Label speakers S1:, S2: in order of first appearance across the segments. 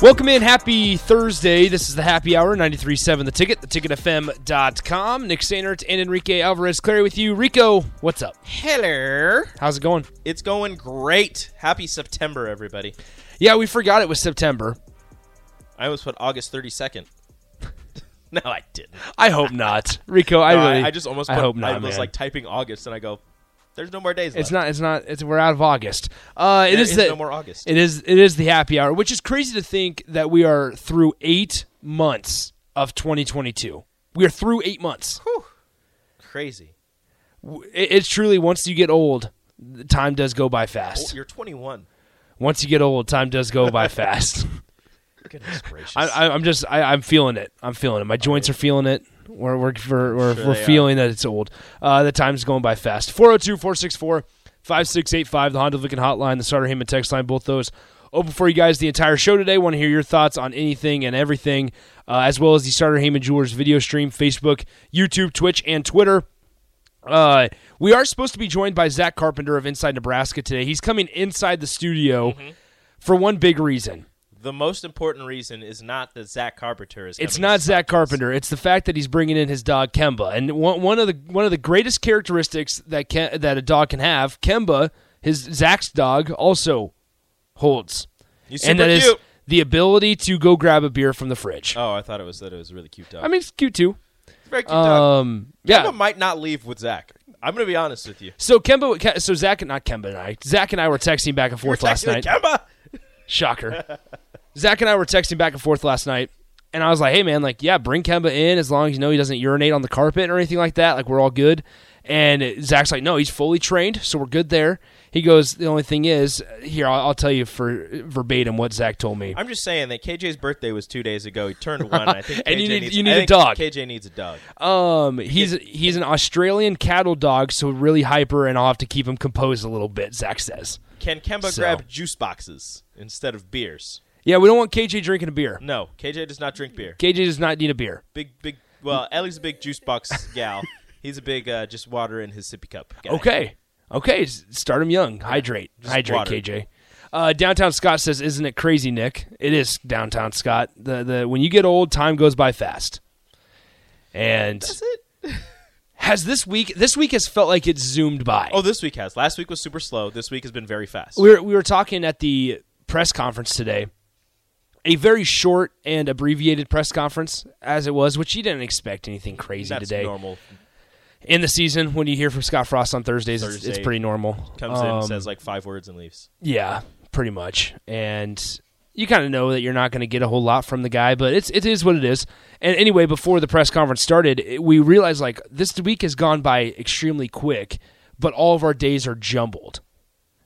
S1: Welcome in. Happy Thursday. This is the happy hour, 93.7 The Ticket, theticketfm.com. Nick Sainert and Enrique Alvarez Clary with you. Rico, what's up?
S2: Hello.
S1: How's it going?
S2: It's going great. Happy September, everybody.
S1: Yeah, we forgot it was September.
S2: I almost put August 32nd. no, I didn't.
S1: I hope not. Rico, I
S2: No,
S1: really.
S2: I just almost
S1: I
S2: put,
S1: hope not,
S2: was
S1: man.
S2: like typing August and I go, there's no more days
S1: It's
S2: left.
S1: not. It's not. It's we're out of August. Uh, it
S2: There
S1: is
S2: is
S1: the,
S2: no more August.
S1: It is. It is the happy hour, which is crazy to think that we are through eight months of 2022. We are through eight months.
S2: crazy.
S1: W- It, it's truly once you get old, the time does go by
S2: Oh,
S1: fast.
S2: you're 21.
S1: once you get old, time does go by fast.
S2: Goodness gracious.
S1: I, I, I'm just. I, I'm feeling it. I'm feeling it. My joints are feeling it. We're we're we're, we're,
S2: sure
S1: we're
S2: they are.
S1: feeling that it's old. Uh, the time's going by fast. 402-464-5685, the Honda Lincoln Hotline, the Starter Heyman text line. Both those open for you guys the entire show today. Want to hear your thoughts on anything and everything, uh, as well as the Starter Heyman Jewelers video stream, Facebook, YouTube, Twitch, and Twitter. Uh, we are supposed to be joined by Zach Carpenter of Inside Nebraska today. He's coming inside the studio
S2: Mm-hmm.
S1: for one big reason.
S2: the most important reason is not that Zach Carpenter is.
S1: It's
S2: coming
S1: not
S2: to
S1: Zach
S2: podcast.
S1: Carpenter. It's the fact that he's bringing in his dog Kemba, and one, one of the one of the greatest characteristics that can, that a dog can have, Kemba, his Zach's dog, also holds,
S2: He's
S1: and
S2: super
S1: that is
S2: cute.
S1: the ability to go grab a beer from the fridge.
S2: Oh, I thought it was that it was a really cute dog.
S1: I mean, it's cute too.
S2: It's a very cute dog.
S1: Um, yeah.
S2: Emma might not leave with Zach. I'm going to be honest with you.
S1: so Kemba, Ke- so Zach, not Kemba and I, Zach and I were texting back and forth
S2: You're
S1: last
S2: texting
S1: night.
S2: Kemba.
S1: Shocker. Zach and I were texting back and forth last night, and I was like, "Hey, man, like, yeah, bring Kemba in as long as you know he doesn't urinate on the carpet or anything like that. Like, we're all good." And Zach's like, "No, he's fully trained, so we're good there." He goes, "The only thing is, here, I'll, I'll tell you for verbatim what Zach told me."
S2: I'm just saying that KJ's birthday was two days ago. He turned one. I think
S1: And
S2: KJ
S1: you need-
S2: needs,
S1: you need
S2: I
S1: a
S2: think
S1: dog.
S2: KJ needs a dog.
S1: Um, he's he's an Australian cattle dog, so really hyper, and I'll have to keep him composed a little bit. Zach says,
S2: Can Kemba
S1: So.
S2: grab juice boxes instead of beers?
S1: "Yeah, we don't want KJ drinking a beer.
S2: No, KJ does not drink beer.
S1: KJ does not need a beer."
S2: Big, big. Well, Ellie's a big juice box gal. He's a big uh, just water in his sippy cup. guy.
S1: Okay. Okay. s- Start him young. Hydrate.
S2: Just
S1: Hydrate,
S2: water.
S1: KJ. Uh, downtown Scott says, "Isn't it crazy, Nick? It is downtown Scott. The the when you get old, time goes by fast. And has this week? This week has felt like it's zoomed by.
S2: Oh, this week has. Last week was super slow. This week has been very fast.
S1: We were, we were talking at the press conference today, a very short and abbreviated press conference as it was, which you didn't expect anything crazy
S2: That's
S1: today
S2: normal.
S1: in the season. When you hear from Scott Frost on Thursdays, it's- it's,
S2: Thursday.
S1: pretty normal.
S2: Comes in,
S1: Um,
S2: says like five words, and leaves.
S1: Yeah, pretty much. And you kind of know that you're not going to get a whole lot from the guy, but it's it is what it is. And anyway, before the press conference started, it- we realized like this week has gone by extremely quick, but all of our days are jumbled.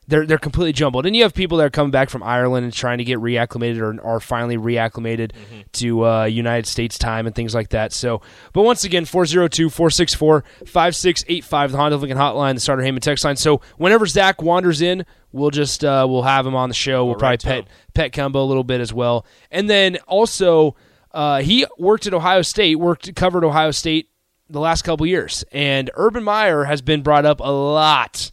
S1: They're they're completely jumbled. And you have people that are coming back from Ireland and trying to get reacclimated or are finally reacclimated to uh, United States time and things like that. So, but once again, 402-464-5685, the Honda Lincoln Hotline, the Starter Heyman text line. So whenever Zach wanders in, we'll just uh, we'll have him on the show. We'll
S2: right
S1: probably
S2: to
S1: pet pet Kemba a little bit as well. And then also, uh, he worked at Ohio State, worked covered Ohio State the last couple years, and Urban Meyer has been brought up a lot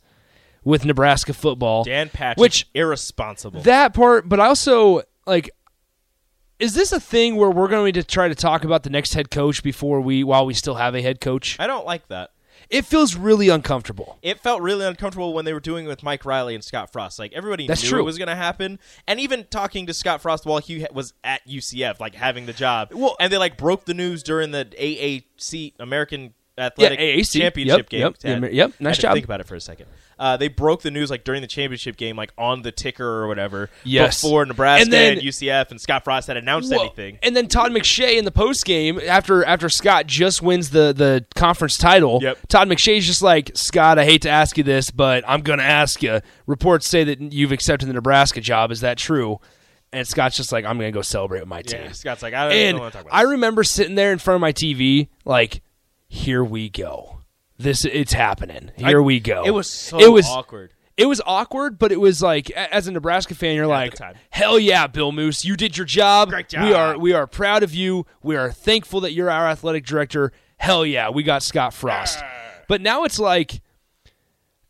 S1: with Nebraska football.
S2: Dan Patrick,
S1: Which
S2: irresponsible.
S1: that part, but also like, is this a thing where we're going to try to talk about the next head coach before we while we still have a head coach?
S2: I don't like that.
S1: It feels really uncomfortable.
S2: it felt really uncomfortable when they were doing it with Mike Riley and Scott Frost. Like everybody
S1: That's
S2: knew
S1: true.
S2: it was going to happen, and even talking to Scott Frost while he ha- was at UCF, like having the job.
S1: Well-
S2: and they like broke the news during the AAC American athletic
S1: Yeah, AAC.
S2: championship
S1: Yep,
S2: game.
S1: yep,
S2: Ted.
S1: yeah, yep.
S2: I
S1: Nice
S2: had to
S1: job.
S2: Think about it for a second. Uh, they broke the news like during the championship game, like on the ticker or whatever.
S1: Yes.
S2: Before Nebraska
S1: And
S2: and,
S1: then-
S2: UCF and Scott Frost had announced
S1: Well,
S2: anything.
S1: And then Todd McShay in the post game after after Scott just wins the the conference title.
S2: Yep.
S1: Todd McShay's just like Scott. I hate to ask you this, but I'm gonna ask you. Reports say that you've accepted the Nebraska job. Is that true? And Scott's just like, I'm gonna go celebrate with my team.
S2: yeah, Scott's like, I don't,
S1: and
S2: want to talk about.
S1: I
S2: this.
S1: remember sitting there in front of my TV, like, here we go. This it's happening. Here
S2: I-
S1: we go.
S2: Oh, It was so
S1: it was
S2: awkward.
S1: it was awkward, but it was like a- as a Nebraska fan, you're like,
S2: time.
S1: hell yeah, Bill Moose, you did your job.
S2: Great
S1: We
S2: job."
S1: are we are proud of you. We are thankful that you're our athletic director. Hell yeah, we got Scott Frost. But now it's like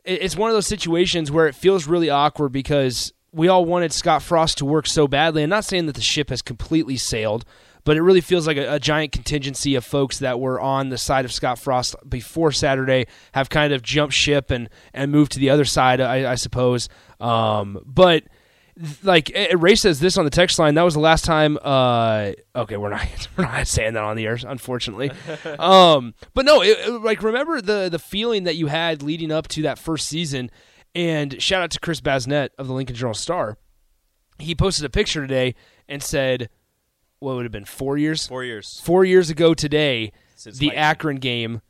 S1: it- it's one of those situations where it feels really awkward because we all wanted Scott Frost to work so badly. I'm not saying that the ship has completely sailed, but it really feels like a, a giant contingency of folks that were on the side of Scott Frost before Saturday have kind of jumped ship and and moved to the other side, I, I suppose. Um, but th- like eh, Ray says this on the text line. That was the last time. Uh, okay, we're not we're not saying that on the air, unfortunately. um, but no, it, it- like remember the the feeling that you had leading up to that first season. And shout out to Chris Basnett of the Lincoln Journal Star. He posted a picture today and said, "What would have been four years?
S2: Four years.
S1: Four years ago today,
S2: Since
S1: the
S2: Lightning.
S1: Akron game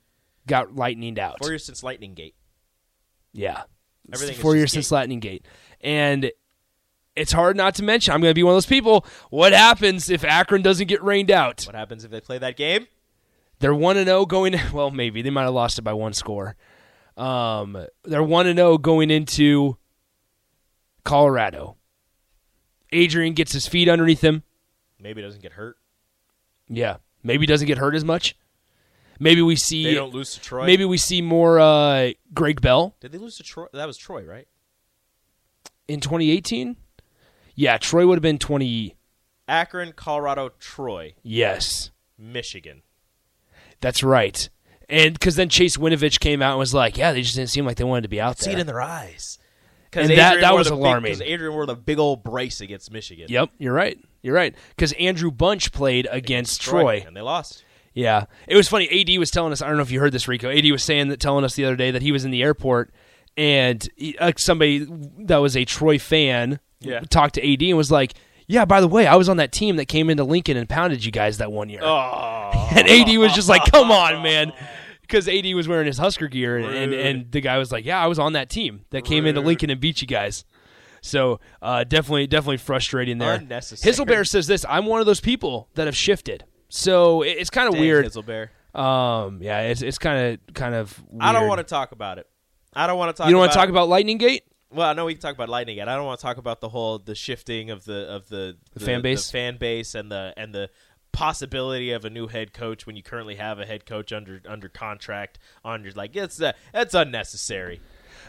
S1: got lightninged out.
S2: Four years since Lightning Gate.
S1: Yeah. It's
S2: Everything is
S1: four
S2: just
S1: years
S2: gate.
S1: since Lightning Gate. And it's hard not to mention, I'm going to be one of those people. What happens if Akron doesn't get rained out?
S2: What happens if they play that game?
S1: They're 1 and 0 going, well, maybe. They might have lost it by one score. Um, they're 1 and 0 going into Colorado. Adrian gets his feet underneath him.
S2: Maybe it doesn't get hurt.
S1: Yeah. Maybe doesn't get hurt as much. Maybe we see
S2: They don't lose to Troy.
S1: maybe we see more uh, Greg Bell.
S2: Did they lose to Troy? That was Troy, right?
S1: in 2018? Yeah, Troy would have been 20.
S2: Akron, Colorado, Troy,
S1: Yes,
S2: Michigan.
S1: that's right. And because then Chase Winovich came out and was like, "Yeah, they just didn't seem like they wanted to be out there."
S2: their eyes.
S1: And that- that was alarming.
S2: Because Adrian wore the big old brace against Michigan.
S1: Yep, you're right. You're right. Because Andrew Bunch played against Troy.
S2: And they lost.
S1: Yeah, it was funny. Ad was telling us. I don't know if you heard this, Rico. Ad was saying that telling us the other day that he was in the airport and he, uh, somebody that was a Troy fan
S2: Yeah.
S1: talked to Ad and was like, "Yeah, by the way, I was on that team that came into Lincoln and pounded you guys that one year." and AD was just like, "Come on, man," because AD was wearing his Husker gear, and, and and the guy was like, "Yeah, I was on that team that came into Lincoln and beat you guys." So uh, definitely, definitely frustrating there.
S2: Unnecessary.
S1: Hizzlebear says this: I'm one of those people that have shifted, so it, it's kind of
S2: Dang,
S1: weird.
S2: Hazelbear.
S1: Um, yeah, it's it's kind of kind of. Weird.
S2: I don't want to talk about it. I don't want to talk.
S1: You don't want
S2: about
S1: to talk about Lightning Gate?
S2: Well, I know we can talk about Lightning again. I don't want to talk about the whole the shifting of the of the,
S1: fan base?
S2: the fan base, and the and the possibility of a new head coach when you currently have a head coach under under contract. On your like, it's uh, it's unnecessary.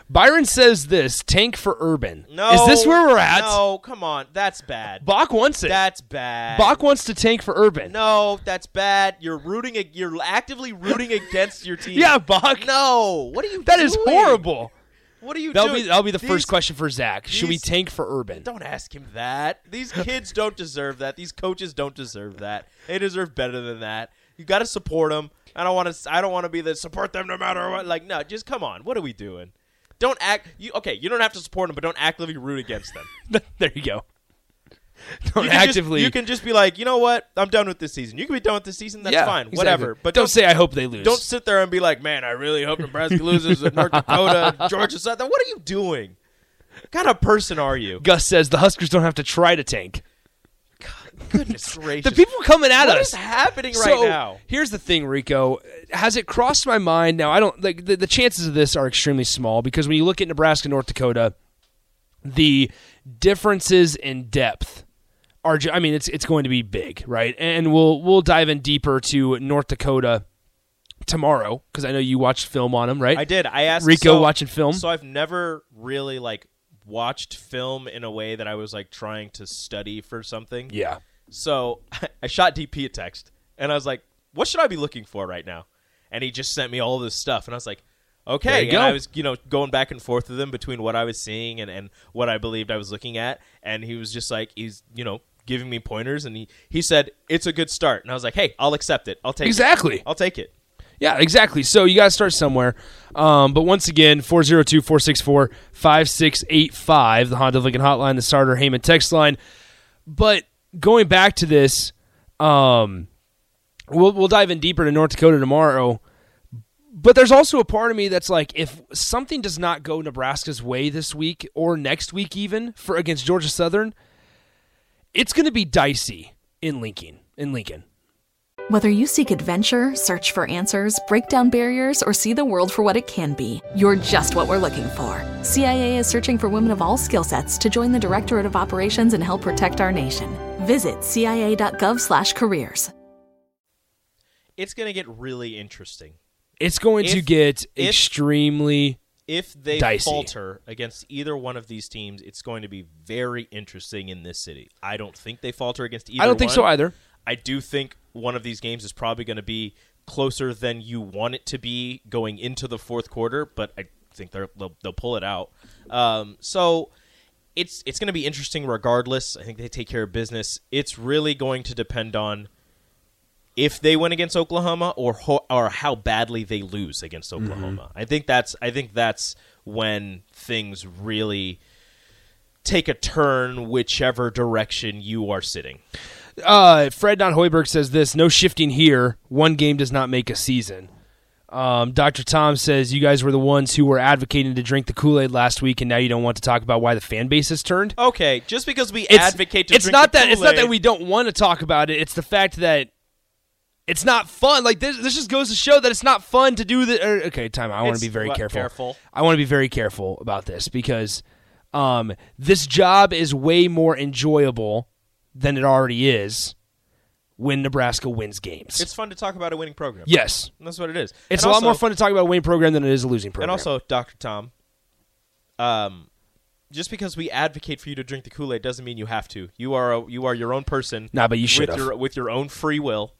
S1: Byron says this: Tank for Urban.
S2: No,
S1: is this where we're at?
S2: No, come on, that's bad.
S1: Bach wants it.
S2: That's bad.
S1: Bach wants to tank for Urban.
S2: No, that's bad. You're rooting. ag- You're actively rooting against your team.
S1: Yeah, Bach.
S2: No. What are you?
S1: That is
S2: doing?
S1: horrible.
S2: What are you
S1: That'll
S2: doing?
S1: be that'll be the
S2: These-
S1: first question for Zach. Should we
S2: these-
S1: tank for Urban?
S2: Don't ask him that. These kids don't deserve that. These coaches don't deserve that. They deserve better than that. You got to support them. I don't want to. I don't want to be the support them no matter what. Like no, just come on. What are we doing? Don't act. You okay? You don't have to support them, but don't actively root against them.
S1: there you go. Don't
S2: You can just-
S1: actively.
S2: you can just be like, you know what? I'm done with this season. You can be done with this season. That's
S1: yeah,
S2: fine.
S1: exactly.
S2: Whatever. But
S1: don't, say I hope they lose.
S2: Don't sit there and be like, man, I really hope Nebraska loses to North Dakota, Georgia Southern. What are you doing? What kind of person are you?
S1: Gus says the Huskers don't have to try to tank.
S2: Goodness gracious.
S1: The people coming at
S2: What
S1: us.
S2: is happening right
S1: so
S2: now?
S1: here's the thing, Rico. Has it crossed my mind? Now I don't like the, the chances of this are extremely small because when you look at Nebraska, North Dakota, the differences in depth are. ju- I mean, it's it's going to be big, right? And we'll we'll dive in deeper to North Dakota tomorrow because I know you watched film on them, right?
S2: I did. I asked
S1: Rico
S2: so-
S1: watching film?
S2: So I've never really like watched film in a way that I was like trying to study for something.
S1: Yeah.
S2: So I shot DP a text and I was like, what should I be looking for right now? And he just sent me all this stuff and I was like, okay.
S1: There you
S2: and
S1: go.
S2: I was, you know, going back and forth with him between what I was seeing and, and what I believed I was looking at. And he was just like, he's, you know, giving me pointers and he, he said, it's a good start. And I was like, hey, I'll accept it. I'll take it.
S1: Exactly.
S2: I'll take it.
S1: Yeah, exactly. So you got to start somewhere. Um, but once again, 402 464 5685, the Honda Lincoln Hotline, the starter Heyman text line. But going back to this, um, we'll, we'll dive in deeper to North Dakota tomorrow. But there's also a part of me that's like, if something does not go Nebraska's way this week or next week, even for against Georgia Southern, it's going to be dicey in Lincoln. In Lincoln.
S3: Whether you seek adventure, search for answers, break down barriers, or see the world for what it can be, you're just what we're looking for. CIA is searching for women of all skill sets to join the Directorate of Operations and help protect our nation. Visit cia.gov/careers.
S2: It's going to get really interesting
S1: It's going to
S2: If-
S1: get
S2: if-
S1: extremely
S2: if they
S1: Dicey.
S2: falter against either one of these teams. It's going to be very interesting in this city. I don't think they falter against either.
S1: I don't think so
S2: one.
S1: either.
S2: I do think one of these games is probably going to be closer than you want it to be going into the fourth quarter, but I think they're, they'll, they'll pull it out. Um, so it's it's going to be interesting regardless. I think they take care of business. It's really going to depend on if they win against Oklahoma or ho- or how badly they lose against Oklahoma. I think that's I think that's when things really take a turn whichever direction you are sitting.
S1: Uh, Fred Don Hoiberg says this: No shifting here. One game does not make a season. Um, Dr. Tom says you guys were the ones who were advocating to drink the Kool Aid last week, and now you don't want to talk about why the fan base has turned.
S2: Okay, just because we advocate to
S1: it's
S2: drink
S1: not
S2: the
S1: that it's not that
S2: Kool-Aid-
S1: we don't want to talk about it. It's the fact that it's not fun. Like this, this just goes to show that it's not fun to do the. er, okay, time. out. I want
S2: It's
S1: to be very
S2: what-
S1: careful.
S2: careful.
S1: I want to be very careful about this because um, this job is way more enjoyable than it already is when Nebraska wins games.
S2: It's fun to talk about a winning program.
S1: yes,
S2: that's what it is.
S1: it's
S2: And
S1: a lot
S2: also-
S1: more fun to talk about a winning program than it is a losing program.
S2: And also, Doctor Tom, um, just because we advocate for you to drink the Kool Aid doesn't mean you have to. You are a, you are your own person.
S1: Nah, but you
S2: with
S1: should've.
S2: your with your own free will.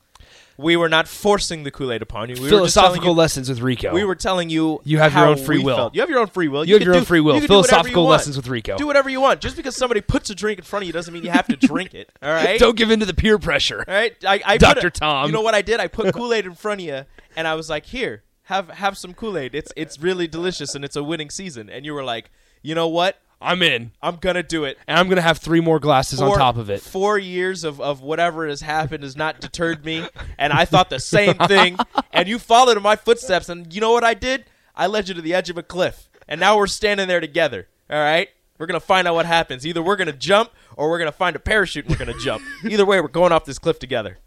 S2: We were not forcing the Kool Aid upon you. We
S1: philosophical
S2: Were just telling
S1: lessons with Rico.
S2: you, we were telling you.
S1: You have your
S2: how
S1: own free
S2: we
S1: will.
S2: felt. You have your own free will.
S1: You have
S2: can
S1: your own
S2: do-
S1: free will.
S2: you can do whatever you
S1: Philosophical
S2: want.
S1: lessons with Rico.
S2: Do whatever you want. Just because somebody puts a drink in front of you doesn't mean you have to drink it. All right.
S1: don't give in to the peer pressure.
S2: All right, I, I
S1: Dr.
S2: put a-
S1: Tom.
S2: You know what I did? I put Kool Aid in front of you, and I was like, "Here, have have some Kool Aid. It's it's really delicious, and it's a winning season." And you were like, "You know what?
S1: I'm in,
S2: I'm gonna do it."
S1: and I'm gonna have three more glasses on
S2: Four-
S1: top of it.
S2: four years of, of whatever has happened has not deterred me, and I thought the same thing. And you followed in my footsteps, and you know what I did? I led you to the edge of a cliff, and now we're standing there together. All right, we're gonna find out what happens. Either we're gonna jump, or we're gonna find a parachute and we're gonna jump. Either way, we're going off this cliff together.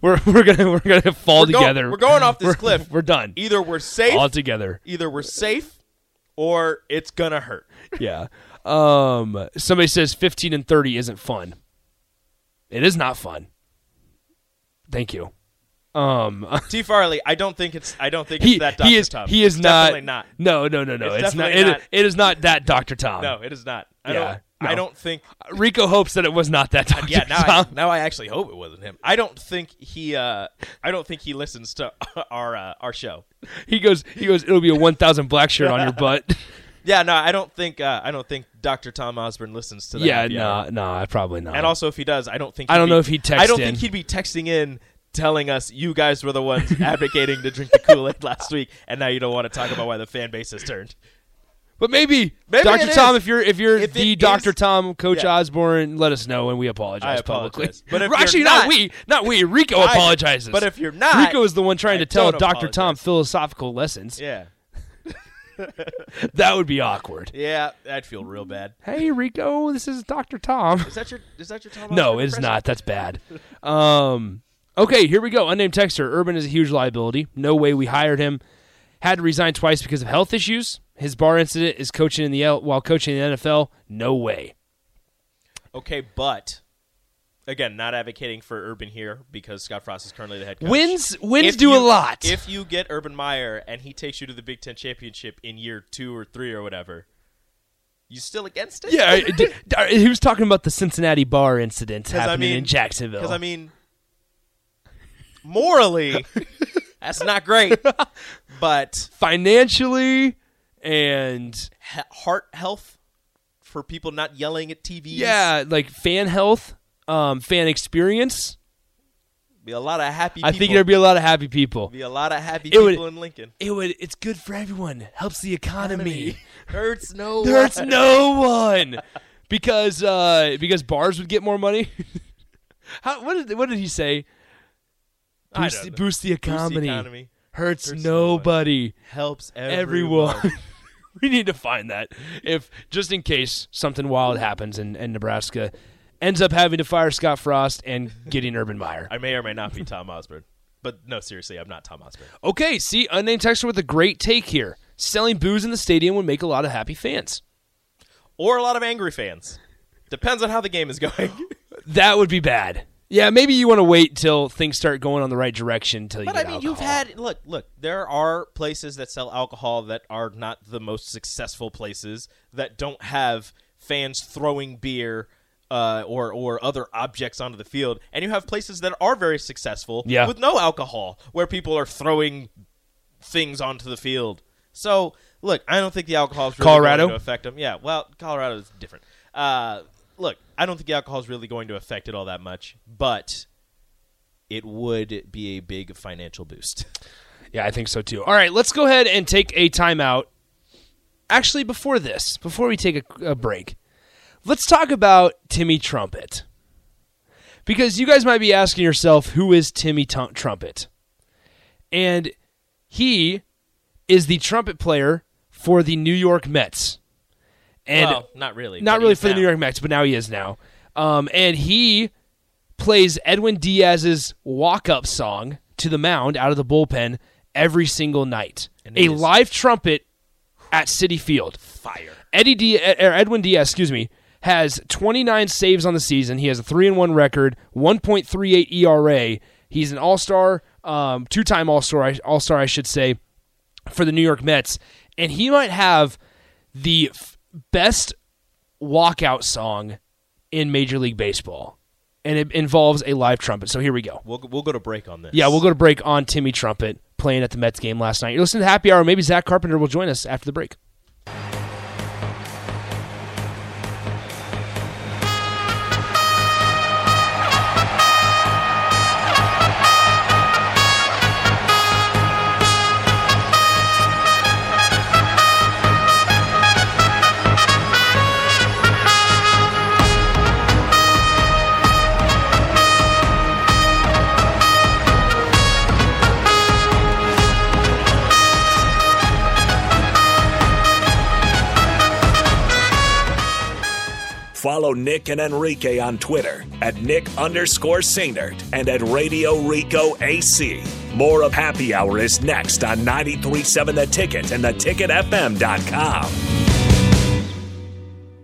S1: We're, we're gonna we're gonna fall
S2: We're going-
S1: together.
S2: we're going off this
S1: We're-
S2: cliff.
S1: We're done.
S2: Either we're safe,
S1: All together.
S2: either we're safe, or it's gonna hurt.
S1: Yeah. Um. Somebody says fifteen and thirty isn't fun. It is not fun. Thank you. Um.
S2: T. Farley, I don't think it's. I don't think
S1: He,
S2: it's that. Dr.
S1: he is
S2: Tom.
S1: he is
S2: It's
S1: not,
S2: Definitely not.
S1: No no no no.
S2: It's
S1: It's, not.
S2: definitely
S1: It,
S2: not.
S1: it is not that Doctor Tom.
S2: No, it is not. I
S1: Yeah,
S2: don't.
S1: no.
S2: I don't think.
S1: Rico hopes that it was not that Doctor
S2: Uh, Yeah, now I,
S1: Tom.
S2: now I actually hope it wasn't him. I don't think he. Uh, I don't think he listens to our uh, our show.
S1: he goes he goes. It'll be a one thousand black shirt on your butt.
S2: Yeah, no, I don't think. Uh, I don't think Dr. Tom Osborne listens to that.
S1: yeah.
S2: Yeah.
S1: No. No. Probably not.
S2: And also, if he does, I don't think.
S1: Oh. I
S2: he'd
S1: don't
S2: be-
S1: know if he'd text
S2: I don't
S1: in.
S2: think he'd be texting in telling us you guys were the ones advocating to drink the Kool Aid last week, and now you don't want to talk about why the fan base has turned.
S1: But maybe,
S2: Maybe
S1: Dr.
S2: it
S1: Tom,
S2: is.
S1: if you're if you're
S2: If it
S1: the
S2: is-
S1: Dr. Tom, Coach
S2: Yeah.
S1: Osborne, let us know and we apologize
S2: I
S1: publicly.
S2: apologize. But if
S1: Well,
S2: you're
S1: actually, not,
S2: not-
S1: we, not we. Rico
S2: I-
S1: apologizes.
S2: but if you're not,
S1: Rico is the one trying
S2: I
S1: to tell
S2: don't
S1: Dr. Tom
S2: apologize.
S1: philosophical lessons.
S2: Yeah,
S1: That would be awkward.
S2: yeah, I'd feel real bad.
S1: Hey, Rico, this is Dr. Tom.
S2: Is that your? Is that your Tom?
S1: No,
S2: Osborne
S1: it is
S2: impression?
S1: not. That's bad. Um, okay, here we go. Unnamed texter. Urban is a huge liability. No way we hired him. Had to resign twice because of health issues. His bar incident is coaching in the L- while coaching in the NFL. No way.
S2: Okay, but again, not advocating for Urban here because Scott Frost is currently the head coach.
S1: Wins wins
S2: If
S1: do a
S2: you-
S1: lot.
S2: If you get Urban Meyer and he takes you to the Big Ten championship in year two or three or whatever, you still against it?
S1: yeah, I- d- d- he was talking about the Cincinnati bar incident
S2: I
S1: happening
S2: mean-
S1: in Jacksonville.
S2: Because I mean, morally, that's not great. But
S1: financially and
S2: he- heart health for people not yelling at TVs.
S1: yeah, like fan health, um, fan experience.
S2: Be a lot of happy.
S1: I
S2: people.
S1: think there'd be a lot of happy people.
S2: Be a lot of happy
S1: It
S2: people
S1: would-
S2: in Lincoln.
S1: It would. It's good for everyone. Helps the economy.
S2: Hurts no.
S1: Hurts
S2: one.
S1: no one because uh, because bars would get more money. How, what did what did he say?
S2: I
S1: Boost,
S2: don't
S1: the-
S2: know.
S1: boost the economy.
S2: economy.
S1: Hurts,
S2: Hurts no one.
S1: nobody.
S2: Helps everyone.
S1: everyone. we need to find that if just in case something wild happens and, and Nebraska ends up having to fire Scott Frost and getting Urban Meyer.
S2: I may or may not be Tom Osborne, but no, seriously, I'm not Tom Osborne.
S1: Okay, see, unnamed texter with a great take here. Selling booze in the stadium would make a lot of happy fans.
S2: Or a lot of angry fans. Depends on how the game is going.
S1: That would be bad. Yeah, maybe you want to wait till things start going on the right direction until you
S2: But I
S1: get
S2: mean, you've
S1: alcohol.
S2: had look, look. There are places that sell alcohol that are not the most successful places that don't have fans throwing beer uh, or or other objects onto the field, and you have places that are very successful
S1: Yeah.
S2: with no alcohol, where people are throwing things onto the field. So look, I don't think the alcohol is really
S1: Colorado?
S2: going to affect them. Yeah, well, Colorado is different. Uh, look, I don't think the alcohol is really going to affect it all that much, but it would be a big financial boost.
S1: Yeah, I think so too. All right, let's go ahead and take a timeout. Actually, before this, before we take a, a break, let's talk about Timmy Trumpet. Because you guys might be asking yourself, who is Timmy Tu- Trumpet? And he is the trumpet player for the New York Mets. And
S2: well, not really.
S1: not
S2: but
S1: really
S2: it is
S1: for the
S2: now.
S1: New York Mets, but now he is now. Um, and he plays Edwin Diaz's walk-up song to the mound out of the bullpen every single night.
S2: And
S1: A
S2: it is-
S1: live trumpet at City Field.
S2: Fire.
S1: Eddie D or Edwin Diaz, excuse me, has 29 saves on the season. He has a 3 and 1 record, 1.38 ERA. E He's an All-Star, um, two-time All-Star, All-Star I should say, for the New York Mets, and he might have the f- best walkout song in Major League Baseball. And it involves a live trumpet. So here we go.
S2: We'll, we'll go to break on this.
S1: Yeah, we'll go to break on Timmy Trumpet playing at the Mets game last night. You're listening to Happy Hour. Maybe Zach Carpenter will join us after the break.
S4: Follow Nick and Enrique on Twitter at Nick underscore Sainert and at Radio Rico AC. More of Happy Hour is next on 937 The Ticket and theticketfm.com.